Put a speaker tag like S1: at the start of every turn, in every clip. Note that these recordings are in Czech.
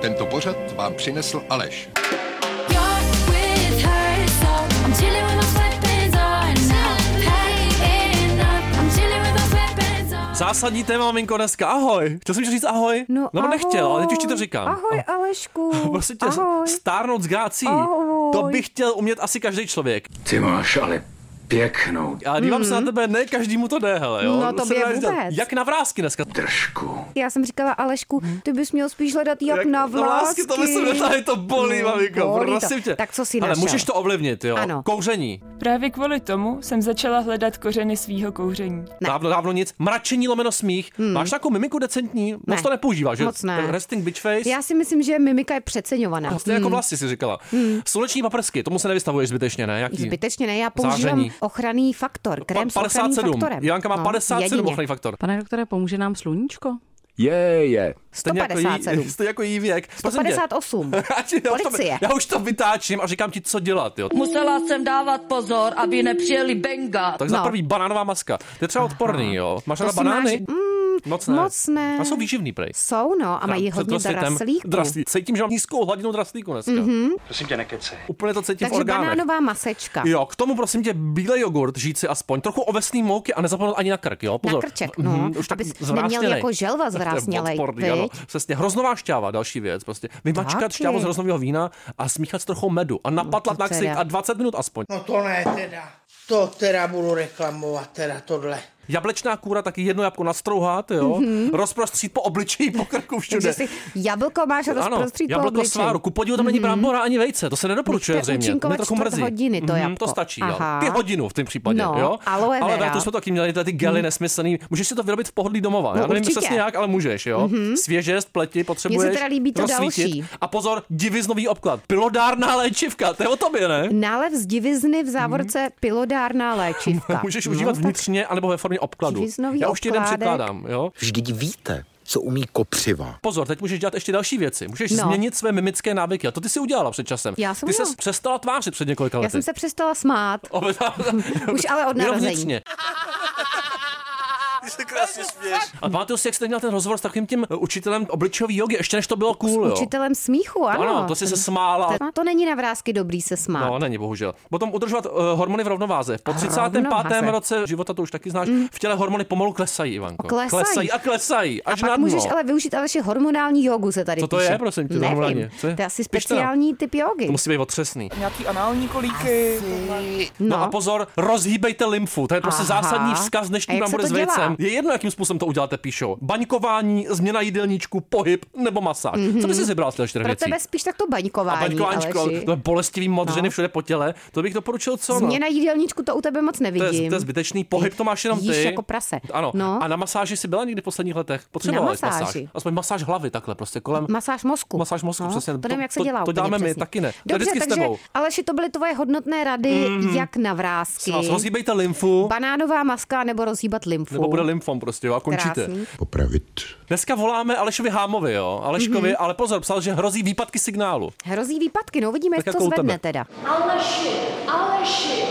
S1: Tento pořad vám přinesl Aleš.
S2: You're with her, so I'm chilling with those weapons on. Now packing up, I'm chilling with those weapons on.
S3: Zásadní téma, maminko, dneska. Ahoj. Chtěl jsem ti říct ahoj.
S4: No,
S3: Nebo
S4: ahoj.
S3: nechtěl, ale teď už ti to říkám.
S4: Ahoj, Alešku.
S3: Prostě tě
S4: ahoj.
S3: stárnout s gácí.
S4: Ahoj.
S3: To by chtěl umět asi každý člověk.
S5: Ty máš ale pěknou
S3: Ale dívám se na tebe, ne každému to jde, hele, jo.
S4: Mhm. No, tobě
S3: Se dá říct,
S4: vůbec.
S3: Jak na vrázky dneska.
S5: držku.
S4: Já jsem říkala, Alešku,
S3: Hmm.
S4: ty bys měl spíš hledat jak, na vlásky.
S3: vrázky, to myslím, že tady to bolí,
S4: No,
S3: maminko,
S4: bolí to.
S3: prosím tě.
S4: Tak co jsi
S3: Ale
S4: našel?
S3: můžeš to ovlivnit, jo.
S4: Ano.
S3: Kouření.
S6: Právě kvůli tomu jsem začala hledat kořeny svýho kouření.
S4: Ne. Hmm.
S3: Dávno, dávno nic. Mračení lomeno smích. Máš takovou mimiku decentní? Moc
S4: Ne.
S3: to nepoužíváš, že?
S4: Moc ne.
S3: Resting bitch face.
S4: Já Hmm. si myslím, že mimika je přeceňovaná.
S3: Vlastně jako vlasy si říkala. Sluneční paprsky, tomu se nevystavuješ zbytečně, ne? Jaký?
S4: Hmm. Zbytečně ne, já používám
S3: Záření.
S4: ochranný faktor, krém s ochranným
S3: 57.
S4: faktorem.
S3: Janka má
S4: No,
S3: 57
S4: jedině.
S3: ochranný faktor.
S7: Pane doktore, pomůže nám sluníčko?
S5: Je, je.
S3: Stejně jako, jí,
S4: 157.
S3: stejně jako jí věk. Prosím tě.
S4: 58.
S3: Ať- já, už to,
S4: Policie.
S3: já už to vytáčím a říkám ti, co dělat, jo.
S8: Musela jsem dávat pozor, aby nepřijeli benga.
S3: Tak za
S4: No.
S3: prvý banánová maska. To je třeba odporný, jo. Máš
S4: To
S3: ráda
S4: si
S3: banány?
S4: máš- mm,
S3: moc ne.
S4: moc ne.
S3: A jsou výživný, prej.
S4: Jsou, no, a mají
S3: Tam,
S4: hodně
S3: před prositem.
S4: draslíků. Mhm.
S3: Draslí. Cítím, že mám nízkou hladinu draslíku dneska.
S5: Prosím tě, nekece.
S3: Úplně to cítím v
S4: Takže
S3: orgánech.
S4: banánová masečka.
S3: Jo, k tomu prosím tě bílý jogurt, žít si aspoň trochu ovesný mouky a nezapomenout ani na krk, jo?
S4: Na
S3: Pozor.
S4: krček, no,
S3: Mhm, už tak
S4: abys
S3: zvrásněnej.
S4: neměl jako želva
S3: To je
S4: zvrásnělej,
S3: odporný,
S4: viď?
S3: ano. Přesně, hroznová šťáva, další věc. Prostě vymačkat
S4: Taky. No,
S3: šťávu z hroznového vína a smíchat s trochou medu a napatlat
S4: to
S3: na ksik
S4: teda.
S3: a 20 minut aspoň.
S9: No to ne teda. To teda budu reklamovat, teda tohle.
S3: Jablečná kůra, taky jedno jabko nastrouhat, jo? Rozprostřít po obličeji, po krku
S4: Mhm.
S3: všude.
S4: Takže si jablko máš
S3: Ano,
S4: rozprostřít Mhm. po
S3: jablko
S4: obličeji.
S3: sváru. Ku podivu tam není brambora ani vejce, to se nedoporučuje
S4: Nechte
S3: zřejmě. To mě
S4: účinkovat
S3: trochu
S4: čtvrt
S3: mrzí.
S4: hodiny to
S3: Mhm,
S4: jablko.
S3: To stačí, jo.
S4: Aha.
S3: Ty hodinu v tom případě,
S4: No,
S3: jo.
S4: aloe
S3: Ale
S4: vera.
S3: tak to jsme taky měli tady ty gely nesmyslný. Můžeš si to vyrobit v pohodlí domova. Já
S4: No,
S3: nevím
S4: určitě. Mhm.
S3: přesně jak, ale můžeš, jo. Svěžest, pleti, potřebuješ.
S4: teda líbí to
S3: rozsvítit.
S4: další.
S3: A pozor, diviznový obklad. Pilodárná léčivka, to je o tobě, ne?
S4: Nálev z divizny v závorce pilodárná léčivka.
S3: Mhm. Můžeš
S4: No,
S3: užívat
S4: tak
S3: vnitřně anebo ve formě obkladu.
S4: Diviznový
S3: Já už ti jeden
S4: obkládek.
S3: přikládám, jo.
S10: Vždyť víte, co umí kopřiva.
S3: Pozor, teď můžeš dělat ještě další věci. Můžeš
S4: No.
S3: změnit své mimické návyky. A to ty si udělala před časem.
S4: Já jsem
S3: ty se
S4: udělala.
S3: přestala tvářit před několika lety.
S4: Já jsem se přestala smát.
S3: Obe-
S4: Už ale od
S3: Jenom
S4: narození.
S3: vnitřně. A pamatuju si, jak jste měl ten rozhovor s takovým tím učitelem obličový jogy, ještě než to bylo cool, jo.
S4: Učitelem smíchu, ano.
S3: Ano, to jsi se smála.
S4: To, to není na vrázky dobrý se smát.
S3: No, není, bohužel. Potom udržovat uh, hormony v rovnováze. Po 35.
S4: Rovnováze. Mhm.
S3: roce života, to už taky znáš, v těle hormony pomalu klesají, Ivanko.
S4: Klesají.
S3: klesají a klesají. Až
S4: a
S3: na
S4: pak
S3: dno.
S4: můžeš ale využít ale že hormonální jogu se tady
S3: no. Co to
S4: píše.
S3: je, prosím tě, hormonálně?
S4: Nevím,
S3: Co je?
S4: to je asi
S3: Piš teda.
S4: speciální typ jogy.
S3: To musí být otřesný.
S6: Nějaký anální kolíky.
S3: No. a pozor, rozhýbejte lymfu. To je prostě
S4: Aha.
S3: zásadní vzkaz
S4: A
S3: dnešní
S4: jak se
S3: brambory
S4: to
S3: s
S4: dělá?
S3: vejcem. Je jedno, jakým způsobem to uděláte, píšou. Baňkování, změna jídelníčku, pohyb nebo masáž. Co by si vybral z těchto čtyř
S4: Mhm. Pro
S3: věcí?
S4: tebe spíš tak to
S3: A
S4: baňkování,
S3: baňkováčko,
S4: Aleši.
S3: to je bolestivý modřiny
S4: No.
S3: všude po těle, to bych doporučil co? no?
S4: Změna jídelníčku, to u tebe moc
S3: To
S4: nevidím.
S3: je, to je zbytečný pohyb, to máš jenom ty.
S4: Jíš jako prase.
S3: Ano.
S4: No.
S3: A na masáži jsi byla někdy v posledních letech? Potřebovala jsi masáž.
S4: masáži.
S3: Aspoň masáž hlavy takhle prostě kolem.
S4: Masáž mozku. No,
S3: Masáž mozku, přesně.
S4: To
S3: To-
S4: nevím, jak se
S3: to-
S4: dělá
S3: to
S4: úplně
S3: děláme my,
S4: přesně.
S3: taky ne. To je
S4: Dobře,
S3: vždycky s
S4: takže,
S3: tebou. Mm.
S4: Aleši, to byly tvoje hodnotné rady, jak na vrázky.
S3: Vás rozhýbejte lymfu,
S4: Banánová maska nebo rozhýbat lymfu.
S3: nebo bude lymfom prostě, jo, a končíte.
S4: Krásný.
S10: Popravit.
S3: Dneska voláme Alešovi Hámovi, jo. Aleškovi,
S4: Mhm.
S3: mm-hmm. ale pozor, psal, že hrozí výpadky signálu.
S4: Hrozí výpadky, no uvidíme,
S3: Tak
S4: jak to
S3: jako u tebe.
S4: zvedne teda. Aleši, Aleši.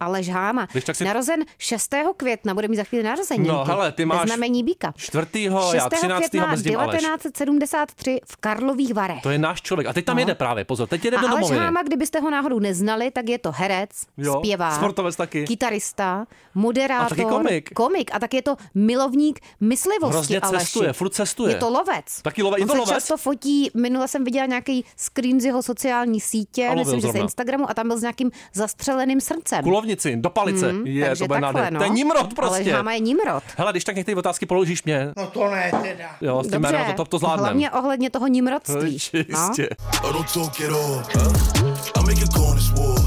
S4: Aleš Háma,
S3: Když tak si-
S4: narozen 6. května, bude mít za chvíli narození.
S3: No, hele, ty máš
S4: Ve znamení býka.
S3: 4.
S4: 6.
S3: já 13.
S4: května
S3: mezi tím Aleš.
S4: 1973 v Karlových Varech.
S3: To je náš člověk. A teď tam
S4: No.
S3: jede právě, pozor, teď jede do
S4: A Aleš
S3: domoviny.
S4: Háma, kdybyste ho náhodou neznali, tak je to herec,
S3: Jo,
S4: zpěvák,
S3: sportovec taky.
S4: kytarista, moderátor,
S3: A taky komik.
S4: komik. A tak je to milovník myslivosti
S3: Hrozně
S4: Aleši.
S3: cestuje, furt cestuje.
S4: Je to lovec.
S3: Taky love-
S4: On
S3: je to
S4: se
S3: lovec?
S4: často fotí, minule jsem viděla nějaký screen z jeho sociální sítě,
S3: A lovil
S4: myslím, že z
S3: zrovna.
S4: Instagramu, a tam byl s nějakým zastřeleným srdcem.
S3: Kulovnici, do palice. je,
S4: Takže
S3: to bude
S4: takhle,
S3: nádher.
S4: no.
S3: To je Nimrod
S4: Aleš
S3: prostě.
S4: Háma je Nimrod.
S3: Hele, když tak některé otázky položíš mě,
S9: No to ne teda.
S3: jo, s tím
S4: Dobře,
S3: jménem, no, to, to, to zvládnem.
S4: hlavně ohledně toho Nimrodství. No?
S3: Jistě.
S11: I don't talk at all. I make a call this war.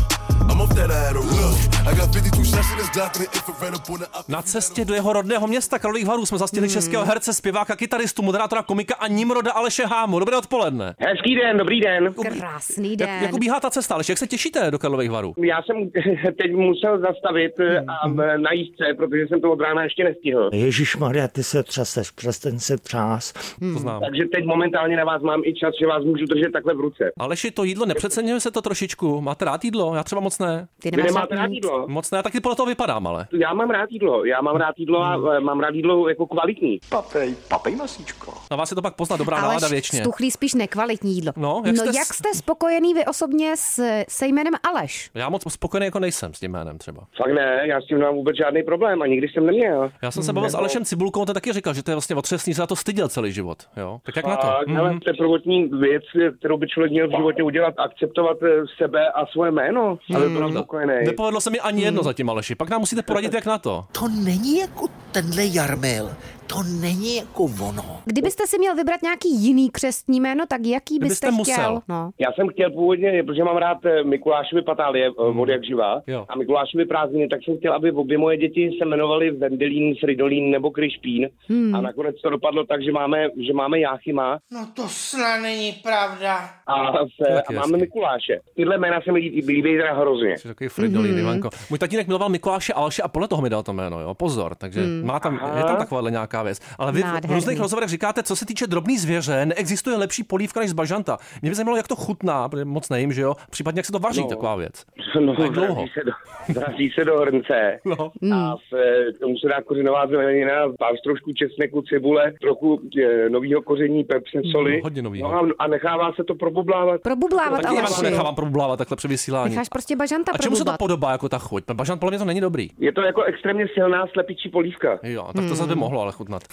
S11: I'm off that Adderall. Look, I got 52 shots in this Glock and an infrared up on the op-
S3: Na cestě do jeho rodného města Karlových Varů jsme zastihli českého herce, zpěváka, kytaristu, moderátora, komika a Nimroda Aleše Hámu. Dobré odpoledne.
S5: Hezký den, dobrý den.
S4: No, Krásný den.
S3: Jak, jak ubíhá ta cesta, Aleš? Jak se těšíte do Karlových Varů?
S5: Já jsem teď musel zastavit eh, a eh, najít se, protože jsem to od rána ještě nestihl.
S9: Ježíš Maria, ty se třeseš, přestaň se třás.
S3: To znám.
S5: Takže teď momentálně na vás mám i čas, že vás můžu držet takhle v ruce.
S3: Aleši, to jídlo nepřeceňuje se to trošičku. Máte rád jídlo? Já třeba moc ne.
S4: Ty
S5: Vy
S4: nemáš
S5: nemáte
S4: rád
S5: rád
S4: nic.
S5: jídlo?
S3: Moc ne, tak ty podle toho vypadám, ale.
S5: Já mám rád jídlo, já mám rád jídlo a eh, mám rád jídlo jako kvalitní.
S11: Papej, papej masíčko.
S3: Na vás je to pak pozná dobrá
S4: Ale
S3: nálada věčně.
S4: stuchlý spíš nekvalitní jídlo.
S3: No, jak
S4: no
S3: jste s-
S4: jak jste spokojený vy osobně s, se jménem Aleš?
S3: Já moc spokojený jako nejsem s tím jménem třeba.
S5: Fakt ne, já s tím nemám vůbec žádný problém a nikdy jsem neměl.
S3: Já jsem se bavil s Alešem Cibulkou, on to taky říkal, že to je vlastně otřesný, se za to styděl celý život. Jo? Tak jak na to?
S5: Tak, ale to je prvotní věc, kterou by člověk měl v životě udělat, akceptovat eh, sebe a svoje jméno, aby byl spokojený.
S3: Nepovedlo se mi ani jedno zatím, Aleši. Pak nám musíte poradit, jak na to.
S9: To není jako tenhle Jarmil, to není jako ono.
S4: Kdybyste si měl vybrat nějaký jiný křestní jméno, tak jaký byste,
S3: Kdybyste musel.
S4: chtěl? No.
S5: Já jsem chtěl původně, protože mám rád eh, Mikulášovi patálie hmm. od jak živá
S3: Jo.
S5: a Mikulášovi prázdniny, tak jsem chtěl, aby obě moje děti se jmenovaly Vendelín, Fridolín nebo Kryšpín hmm. a nakonec to dopadlo tak, že máme, že máme Jáchyma
S9: No to snad není pravda.
S5: a, se,
S3: Tak
S5: a
S3: jasně.
S5: máme Mikuláše. Tyhle jména se mi líbí, líbí teda hrozně.
S3: Jsi takový Fridolin,
S4: Mhm.
S3: mm-hmm. Ivanko. Můj tatínek miloval Mikuláše Alše a podle toho mi dal to jméno, jo. Pozor, takže mm. má tam, je tam takováhle nějaká věc. Ale vy v
S4: Mhm. Nádherný.
S3: různých rozhovorech říkáte, co se týče drobný zvěře, neexistuje lepší polívka než z bažanta. Mě by zajímalo, jak to chutná, protože moc nejím, že jo. Případně jak se to vaří, no. taková věc.
S5: No,
S3: Jak dlouho?
S5: vrazí se, do, vrazí se do hrnce
S3: No.
S5: a v, eh, k tomu se dá kořenová zelenina, pár trošku česneku, cibule, trochu eh, nového koření, pepsin, soli.
S3: No, hodně novýho.
S5: No a, a nechává se to probublávat.
S4: Probublávat
S3: Taky Ivanko
S4: Aleši.
S3: nechávám probublávat takhle při vysílání.
S4: Necháš prostě bažanta
S3: a čemu se to
S4: probublat.
S3: podobá jako ta chuť? Bažant podle mě to není dobrý.
S5: Je to jako extrémně silná slepičí polívka.
S3: Jo, tak to zase by
S4: Hmm.
S3: mohlo ale chutnat.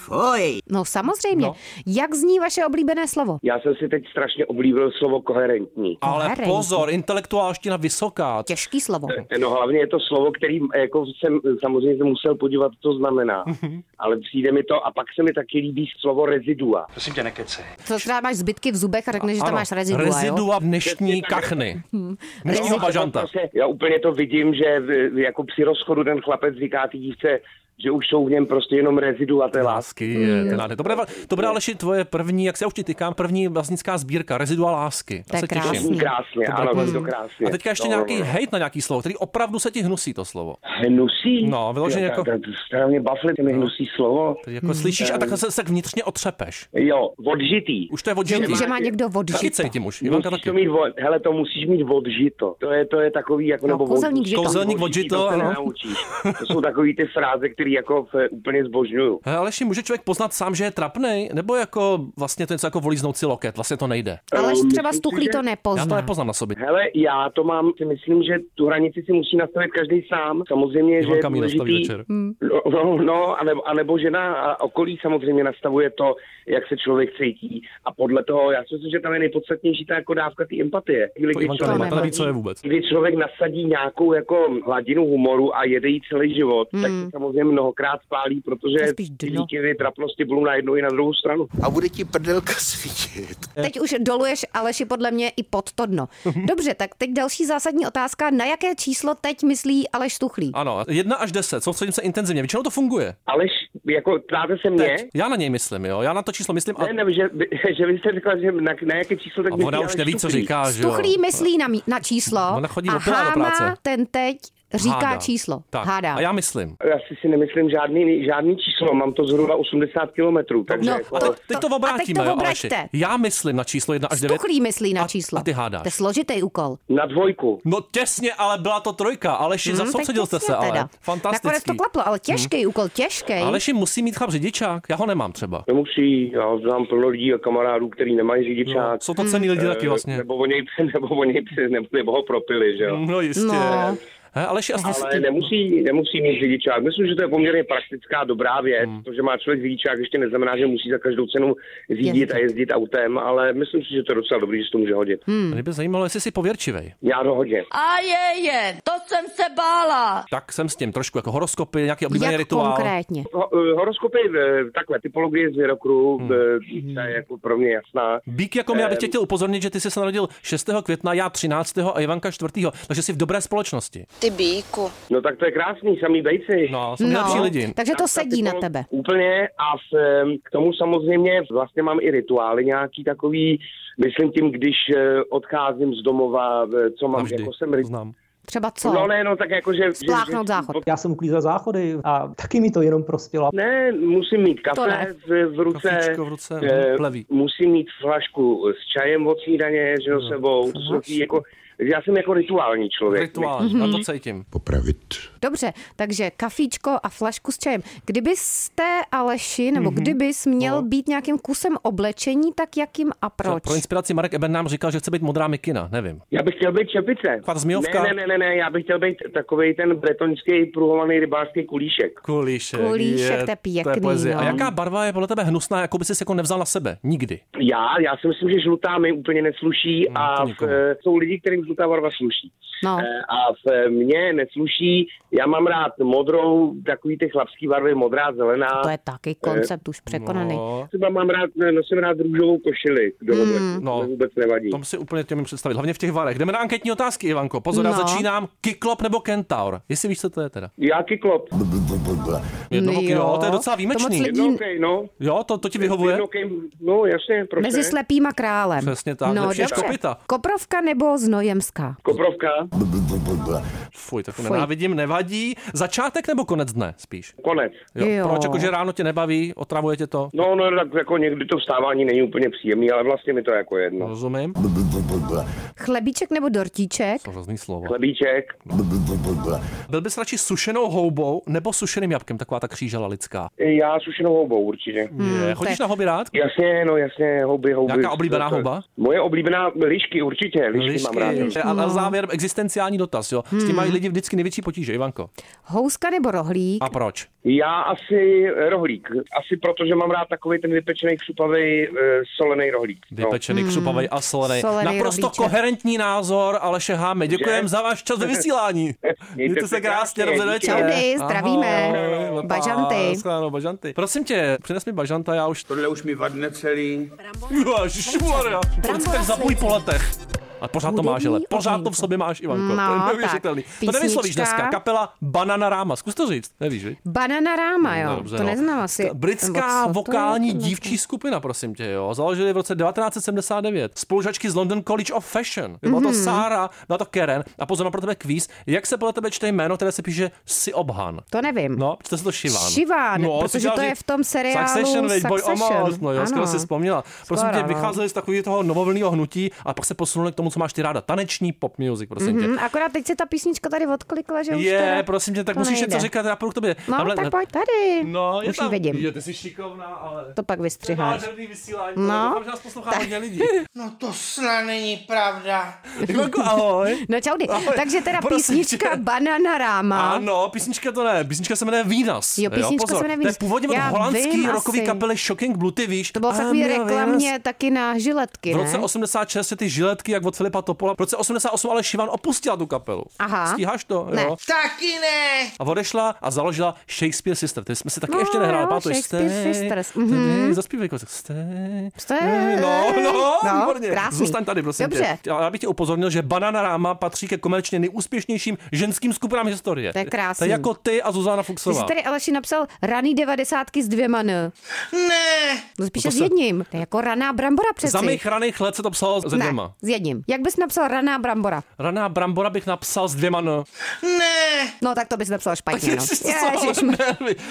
S4: No samozřejmě.
S3: No.
S4: No. Jak zní vaše oblíbené slovo?
S5: Já jsem si teď strašně oblíbil slovo koherentní.
S3: Ale
S4: Koherentní.
S3: pozor, intelektuálština vysoká.
S4: Těžký slovo.
S5: No hlavně je to slovo, který jako jsem samozřejmě jsem musel podívat, co znamená.
S3: Mhm.
S5: Ale přijde mi to a pak se mi taky líbí slovo rezidua.
S4: Co třeba máš zbytky v zubech a řekneš, že tam
S3: Ano,
S4: máš rezidua, jo?
S3: rezidua v dnešní
S5: Přesně tak.
S3: kachny. Dnešního
S5: Já
S3: bažanta.
S5: prostě- Já úplně to vidím, že v- jako při rozchodu ten chlapec říká ty dívce, že už jsou v něm prostě jenom rezidua té lásky.
S3: Lásky je ten nádher. To bude, to bude Aleši tvoje první, jak se já už ti tykám, první vlastnická sbírka, rezidua lásky.
S4: To je
S3: se
S4: krásný.
S3: těším.
S5: Zní Krásně,
S3: To bude
S5: ano,
S3: krásný.
S5: je to krásně.
S3: A teďka ještě
S5: No,
S3: nějaký
S5: no, no.
S3: hejt na nějaký slovo, který opravdu se ti hnusí to slovo.
S5: Hnusí?
S3: No, vyloženě jako- No.
S5: Strávně bafli, ty mi hnusí slovo.
S3: Tedy jako slyšíš a takhle se, se vnitřně otřepeš.
S5: Jo, odžitý.
S3: Už to je odžitý.
S4: Že má někdo
S3: Taky
S4: odžito.
S3: cítím už, Ivanka
S5: Musíš
S3: taky.
S5: to mít, od- hele, to musíš mít odžito. To je, to je takový jako...
S4: No,
S5: nebo
S4: kouzelník
S5: odžitý.
S4: žito.
S3: Kouzelník odžito,
S5: to se
S3: ano.
S5: nenaučíš. To jsou takový ty fráze, které jako eh, úplně zbožňuju.
S3: Hele, Aleši, může člověk poznat sám, že je trapnej, nebo jako vlastně to je něco jako volíznout si loket, vlastně to nejde.
S4: Aleš
S5: Ehm,
S4: třeba
S5: myslím si,
S4: stuchlý
S5: že-
S4: to
S3: Já to
S4: nepozná.
S3: nepoznám na sobě.
S5: Hele, já to mám, si myslím, že tu hranici si musí nastavit každý sám. Samozřejmě, že je
S3: Ivanka mi ji nastaví
S5: důležitý.
S3: večer.
S5: No, no, no anebo, anebo žena a okolí samozřejmě nastavuje to, jak se člověk cítí. A podle toho, já si myslím, že tam je nejpodstatnější ta jako dávka té empatie. Chvíli,
S3: To
S5: kdy
S3: Ivanka
S5: člověk
S3: nemá, ta neví,
S5: nasadí-
S3: co je vůbec.
S5: Kdy člověk nasadí nějakou jako hladinu humoru a jede jí celý život, tak se samozřejmě mnohokrát spálí,
S4: Hmm. To
S5: protože
S4: je spíš dno.
S5: díky ty trapnosti budou na jednu i na druhou stranu.
S10: A bude ti prdelka svítit.
S4: Teď už doluješ Aleši podle mě i pod to dno. Dobře, tak teď další zásadní otázka. Na jaké číslo teď myslí Aleš Stuchlý?
S3: Ano, jedna až deset, soustředím se intenzivně, většinou to funguje.
S5: Alež, jako ptáte se mě,
S3: Teď. Já na něj myslím, jo, já na to číslo myslím a,
S5: Ne, ne, že, že vy jste řekla, že na, na jaké číslo tak
S3: a
S5: myslí
S3: ona už
S5: Aleš
S3: neví, co
S5: Štuchlík.
S3: říká, že jo.
S4: Stuchlý myslí na, mí- na číslo
S3: Ona chodí
S4: a
S3: opilá do práce.
S4: Háma ten teď říká
S3: Hádá.
S4: číslo.
S3: Tak.
S4: Hádá.
S3: A já myslím.
S5: Já si, si nemyslím žádný, žádný číslo, mám to zhruba 80 kilometrů, takže
S4: No,
S5: jako,
S3: A to,
S4: To-
S3: teď
S4: to-
S3: to
S4: a teď
S3: obrátíme,
S4: to
S3: jo, Aleši.
S4: obraťte.
S3: Já myslím na číslo 1 až 9.
S4: Stuchlý myslí na
S3: A-
S4: číslo.
S3: a ty hádáš.
S4: To je složitý úkol.
S5: na dvojku.
S3: No těsně, ale byla to trojka. Aleši, hmm,
S4: Hm,
S3: zasoucedil
S4: tak
S3: jste
S4: těsně
S3: se, ale
S4: teda. Nakonec
S3: fantastický. Hm.
S4: to klaplo, ale těžký úkol, těžký.
S3: Aleši musí mít chlap řidičák, já ho nemám třeba.
S5: Nemusí, já znám plno lidí a kamarádů, který nemají řidičák.
S3: Jsou to
S4: mm.
S3: cený lidi No, taky
S5: eh,
S3: vlastně.
S5: Nebo o něj, nebo o něj, nebo, nebo ho propili, že jo.
S3: No jistě.
S4: No.
S3: He, Aleši, a jste-
S5: Ale nemusí, nemusí mít řidičák. Myslím, že to je poměrně praktická, dobrá věc.
S3: Mm.
S5: To, že má člověk řidičák, ještě neznamená, že musí za každou cenu řídit
S4: Jezdit.
S5: a jezdit autem, ale myslím si, že to je docela dobrý, že se to může hodit.
S3: mě by zajímalo, jestli jsi pověrčivej.
S5: Já to hodně.
S8: A je, je, to jsem se bála.
S3: Tak jsem s tím trošku jako horoskopy, nějaký oblíbený
S4: Jak
S3: rituál.
S4: konkrétně?
S5: Ho- eh, Horoskopy, eh, takhle, typologie z Věrokru, hmm. ta je jako pro mě jasná.
S3: Bík jako my, já bych tě chtěl upozornit, že ty jsi se narodil 6. května, já 13. a Ivanka 4. Takže jsi v dobré společnosti.
S2: Ty bíku.
S5: No tak to je krásný, samý bejci.
S3: No, jsou nejlepší lidi.
S4: takže to
S5: Tak ta
S4: sedí na
S5: typolo-
S4: tebe.
S5: Úplně a s, em, k tomu samozřejmě vlastně mám i rituály nějaký takový, myslím tím, když eh, odcházím z domova, eh, co mám,
S3: Navždy.
S5: jako jsem...
S3: To
S5: ri-
S3: znám.
S4: Třeba co?
S5: No ne, no tak jako, že... že-
S4: Spláchnout
S5: že-
S4: záchod.
S12: Já jsem uklízel záchody a taky mi to jenom prospělo.
S5: Ne, musím mít
S4: To ne.
S5: kafe v, v ruce,
S3: Kafíčko v ruce,
S5: eh,
S3: mhm, pleví. No.
S5: musím mít flašku s čajem od snídaně, že jo, sebou, co takový jako Takže já jsem jako rituální člověk.
S3: Rituální, Mhm. já to cítím.
S5: Popravit.
S4: Dobře, takže kafíčko a flašku s čajem. Kdybyste, Aleši, nebo
S3: Mhm.
S4: kdybys měl být nějakým kusem oblečení, tak jakým a proč?
S3: Pro inspiraci Marek Eben nám říkal, že chce být modrá mikina, nevím.
S5: Já bych chtěl být čepice.
S3: Fakt zmijovka?
S5: Ne, ne, ne, ne, ne, já bych chtěl být takový ten bretonský pruhovaný rybářský kulíšek.
S3: Kulíšek.
S4: Kulíšek, to je pěkný,
S3: poezie.
S4: no.
S3: A jaká barva je podle tebe hnusná, jako by si jako nevzal na sebe? Nikdy.
S5: Já, já si myslím, že žlutá mi úplně nesluší
S3: No,
S5: a v, eh, jsou lidi, kterým žlutá barva sluší.
S4: No.
S5: A v eh, mně nesluší, já mám rád modrou, takový ty chlapský barvy, modrá, zelená.
S4: To je taky koncept už překonaný.
S3: No.
S5: Třeba mám rád, ne, nosím rád růžovou košili do
S4: Hmm.
S5: hmm. no. to vůbec nevadí.
S3: Tom si úplně těm představit, hlavně v těch varech. Jdeme na anketní otázky, Ivanko. Pozor, já
S5: No.
S3: začínám. Kyklop nebo kentaur? Jestli víš, co to je teda.
S5: Já kyklop.
S3: Jednohoký, jo. to je docela výjimečný.
S5: Jednokej, no.
S3: Jo, to, to ti vyhovuje?
S5: Jednokej, no jasně, proč
S4: Mezi
S5: ne?
S4: slepým a králem.
S3: Přesně tak,
S4: No,
S3: lepší než
S4: dobře.
S3: kopyta.
S4: Koprovka nebo znojemská?
S5: Koprovka.
S3: Fuj, tak to
S4: Fuj.
S3: nenávidím, nevadí. Začátek nebo konec dne spíš?
S5: Konec.
S3: Jo,
S5: Jo.
S3: Proč, jakože ráno tě nebaví, otravuje tě to?
S5: No, no, tak jako někdy to vstávání není úplně příjemný, ale vlastně mi to je jako jedno.
S3: Rozumím.
S4: Chlebíček nebo dortíček?
S3: Hrozný slovo.
S5: Chlebíček.
S3: Mm. Byl bys radši sušenou houbou nebo sušeným jabkem, taková ta křížela lidská?
S5: Já sušenou houbou určitě.
S3: Hmm, Je, chodíš to je- na hobby rád?
S5: Jasně, no jasně, houby, houby.
S3: Jaká oblíbená
S5: To- to-
S3: houba?
S5: Moje oblíbená lišky, určitě, lišky, mám rád.
S3: A na závěr existenciální dotaz, jo. S tím
S4: Hmm.
S3: mají lidi vždycky největší potíže, Ivanko.
S4: Houska nebo rohlík?
S3: A proč?
S5: Já asi rohlík. Asi proto, že mám rád takový ten vypečený křupavý uh, solený rohlík. No.
S3: Vypečený,
S4: Hmm.
S5: Mm.
S3: křupavej a solený.
S5: Solený
S3: Naprosto
S5: rohlíček.
S3: koherentní názor, ale šeháme. Děkujeme
S5: Že?
S3: za váš čas ve vysílání. Mějte se krásně, dobře
S4: díky.
S3: večer.
S4: Čaudy, zdravíme.
S3: Ahoj, lepa,
S4: Bažanty.
S3: naschledanou, bažanty. Prosím tě, přines mi bažanta, já už...
S10: Tohle už mi vadne celý.
S3: Ježišmarja,
S10: Brambola
S3: tak za půj po letech. A pořád to
S10: Hudební
S3: máš, ale pořád to v sobě máš, Ivanko.
S4: No,
S3: to je
S4: tak.
S3: neuvěřitelný. To
S4: Písnička.
S3: nevyslovíš dneska. Kapela Banana Rama. Zkus to říct, nevíš, viď?
S4: Banana ráma, jo.
S3: Dobře,
S4: to
S3: no.
S4: neznám asi.
S3: Britská
S4: Nebo co to
S3: vokální
S4: je?
S3: dívčí skupina, prosím tě, jo. Založili v roce 1979. Spolužačky z London College of Fashion. Byla to
S4: Mhm.
S3: Sára, byla to Karen. A pozor, mám pro tebe kvíz. Jak se podle tebe čte jméno, které se píše si obhan?
S4: To nevím.
S3: No, čte se to Šiván.
S4: Šiván, protože
S3: říkala,
S4: to
S3: že-
S4: je v tom seriálu
S3: Succession, veď, boj o
S4: Succession.
S3: moc. No jo, skoro
S4: Ano.
S3: si vzpomněla. Prosím
S4: Skoro,
S3: tě,
S4: no.
S3: vycházeli z takového toho novovlného hnutí a pak se posunuli k tomu, co máš ty ráda. Taneční pop music, prosím tě.
S4: Mhm, akorát teď se ta písnička tady odklikla, že už
S3: Je,
S4: teda
S3: prosím tě, tak
S4: to
S3: musíš
S4: nejde.
S3: něco říkat, já půjdu k tobě.
S4: No,
S3: Tamhle-
S4: tak pojď tady.
S3: No, je
S4: už
S3: tam.
S4: ji vidím.
S3: Jo, ty jsi šikovná, ale...
S4: To pak vystřiháš.
S3: nádherný vysílání,
S4: No.
S3: no. doufám, že nás poslouchá hodně lidí.
S9: No to snad není pravda.
S3: Ivanko, ahoj.
S4: No čaudy.
S3: Ahoj.
S4: Takže teda
S3: Prosím
S4: písnička
S3: tě.
S4: Banana Ráma.
S3: Ano, písnička to ne, písnička se jmenuje Vínas.
S4: No. Jo, písnička
S3: pozor,
S4: se jmenuje
S3: To je
S4: Venus.
S3: původně od
S4: Já
S3: holandský
S4: vím
S3: rokový
S4: asi.
S3: kapely Shocking Blue, ty víš.
S4: To bylo v takové reklamě taky na žiletky,
S3: V roce
S4: ne?
S3: 86 ty žiletky, jak od Filipa Topola. V roce 88 ale Šivan opustila tu kapelu.
S4: Aha.
S3: Stíháš to,
S4: Ne.
S3: jo?
S9: Taky ne.
S3: A odešla a založila Shakespeare Sister. Ty jsme si taky
S4: No,
S3: ještě nehráli,
S4: jo,
S3: pamatuješ?
S4: Shakespeare
S3: Stay,
S4: Sisters,
S3: tady,
S4: mhm.
S3: Zaspívej kousek. Stay.
S4: Stay.
S3: No, no,
S4: No,
S3: výborně.
S4: krásný.
S3: Zůstaň tady, prosím
S4: Dobře.
S3: tě. Já bych tě upozornil, že Banana Rama patří ke komerčně nejúspěšnějším ženským skupinám historie.
S4: To je krásný.
S3: To je jako ty a Zuzana
S4: Ty jsi
S3: Fuxová.
S4: tady Aleši napsal raný devadesátky s dvěma n.
S9: Ne.
S4: No spíše
S3: To
S4: s
S3: se-
S4: jedním. To je jako raná brambora přeci.
S3: Za mých raných let se to psalo se
S4: ne,
S3: dvěma.
S4: s jedním. Jak bys napsal raná brambora?
S3: Raná brambora bych napsal s dvěma no.
S9: Ne.
S4: No tak to bys napsal špatně, no. Ježišmar.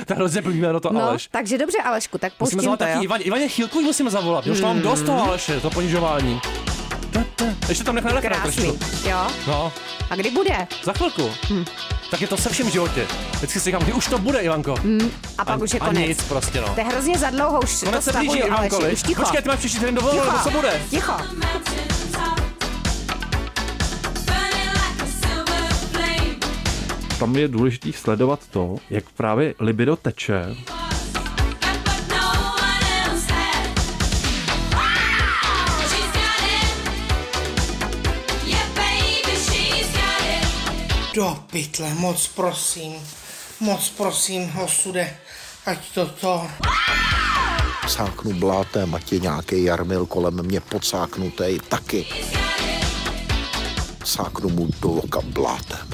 S3: to je hrozně blbý jméno to
S4: No,
S3: Aleš.
S4: takže dobře, Alešku, tak
S3: Musíme
S4: pustím
S3: zavolat
S4: to, jo.
S3: taky Ivaně. Ivaně, chvilku jí musíme zavolat. Už mám
S4: Mm.
S3: dost toho Aleše, to ponižování. Ta, ta. Ještě tam nechme refrén
S4: Krásný,
S3: trošku.
S4: jo.
S3: No,
S4: A kdy bude?
S3: za chvilku.
S4: Hmm.
S3: Tak je to se všem v životě. Vždycky si říkám, kdy už to bude, Ivanko.
S4: Mm, a pak
S3: a,
S4: už je
S3: a
S4: konec.
S3: nic prostě, no.
S4: To je hrozně za dlouho, už to
S3: Konec se
S4: stahuju,
S3: blíží, Ivanko,
S4: Aleši,
S3: viď?
S4: už ticho.
S3: Počkejte, máme příští týden dovolenou,
S4: Ticho,
S3: to co bude?
S4: Ticho.
S13: Tam je důležité sledovat to, jak právě libido teče.
S9: Do pytle, moc prosím. Moc prosím, osude. Ať to to.
S10: Sáknu blátem, ať je nějaký jarmil kolem mě podsáknutý taky. Sáknu mu do oka blátem.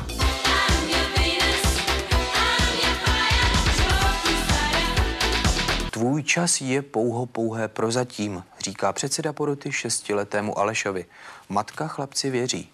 S14: Tvůj čas je pouho pouhé prozatím, říká předseda poroty šestiletému Alešovi. Matka chlapci věří.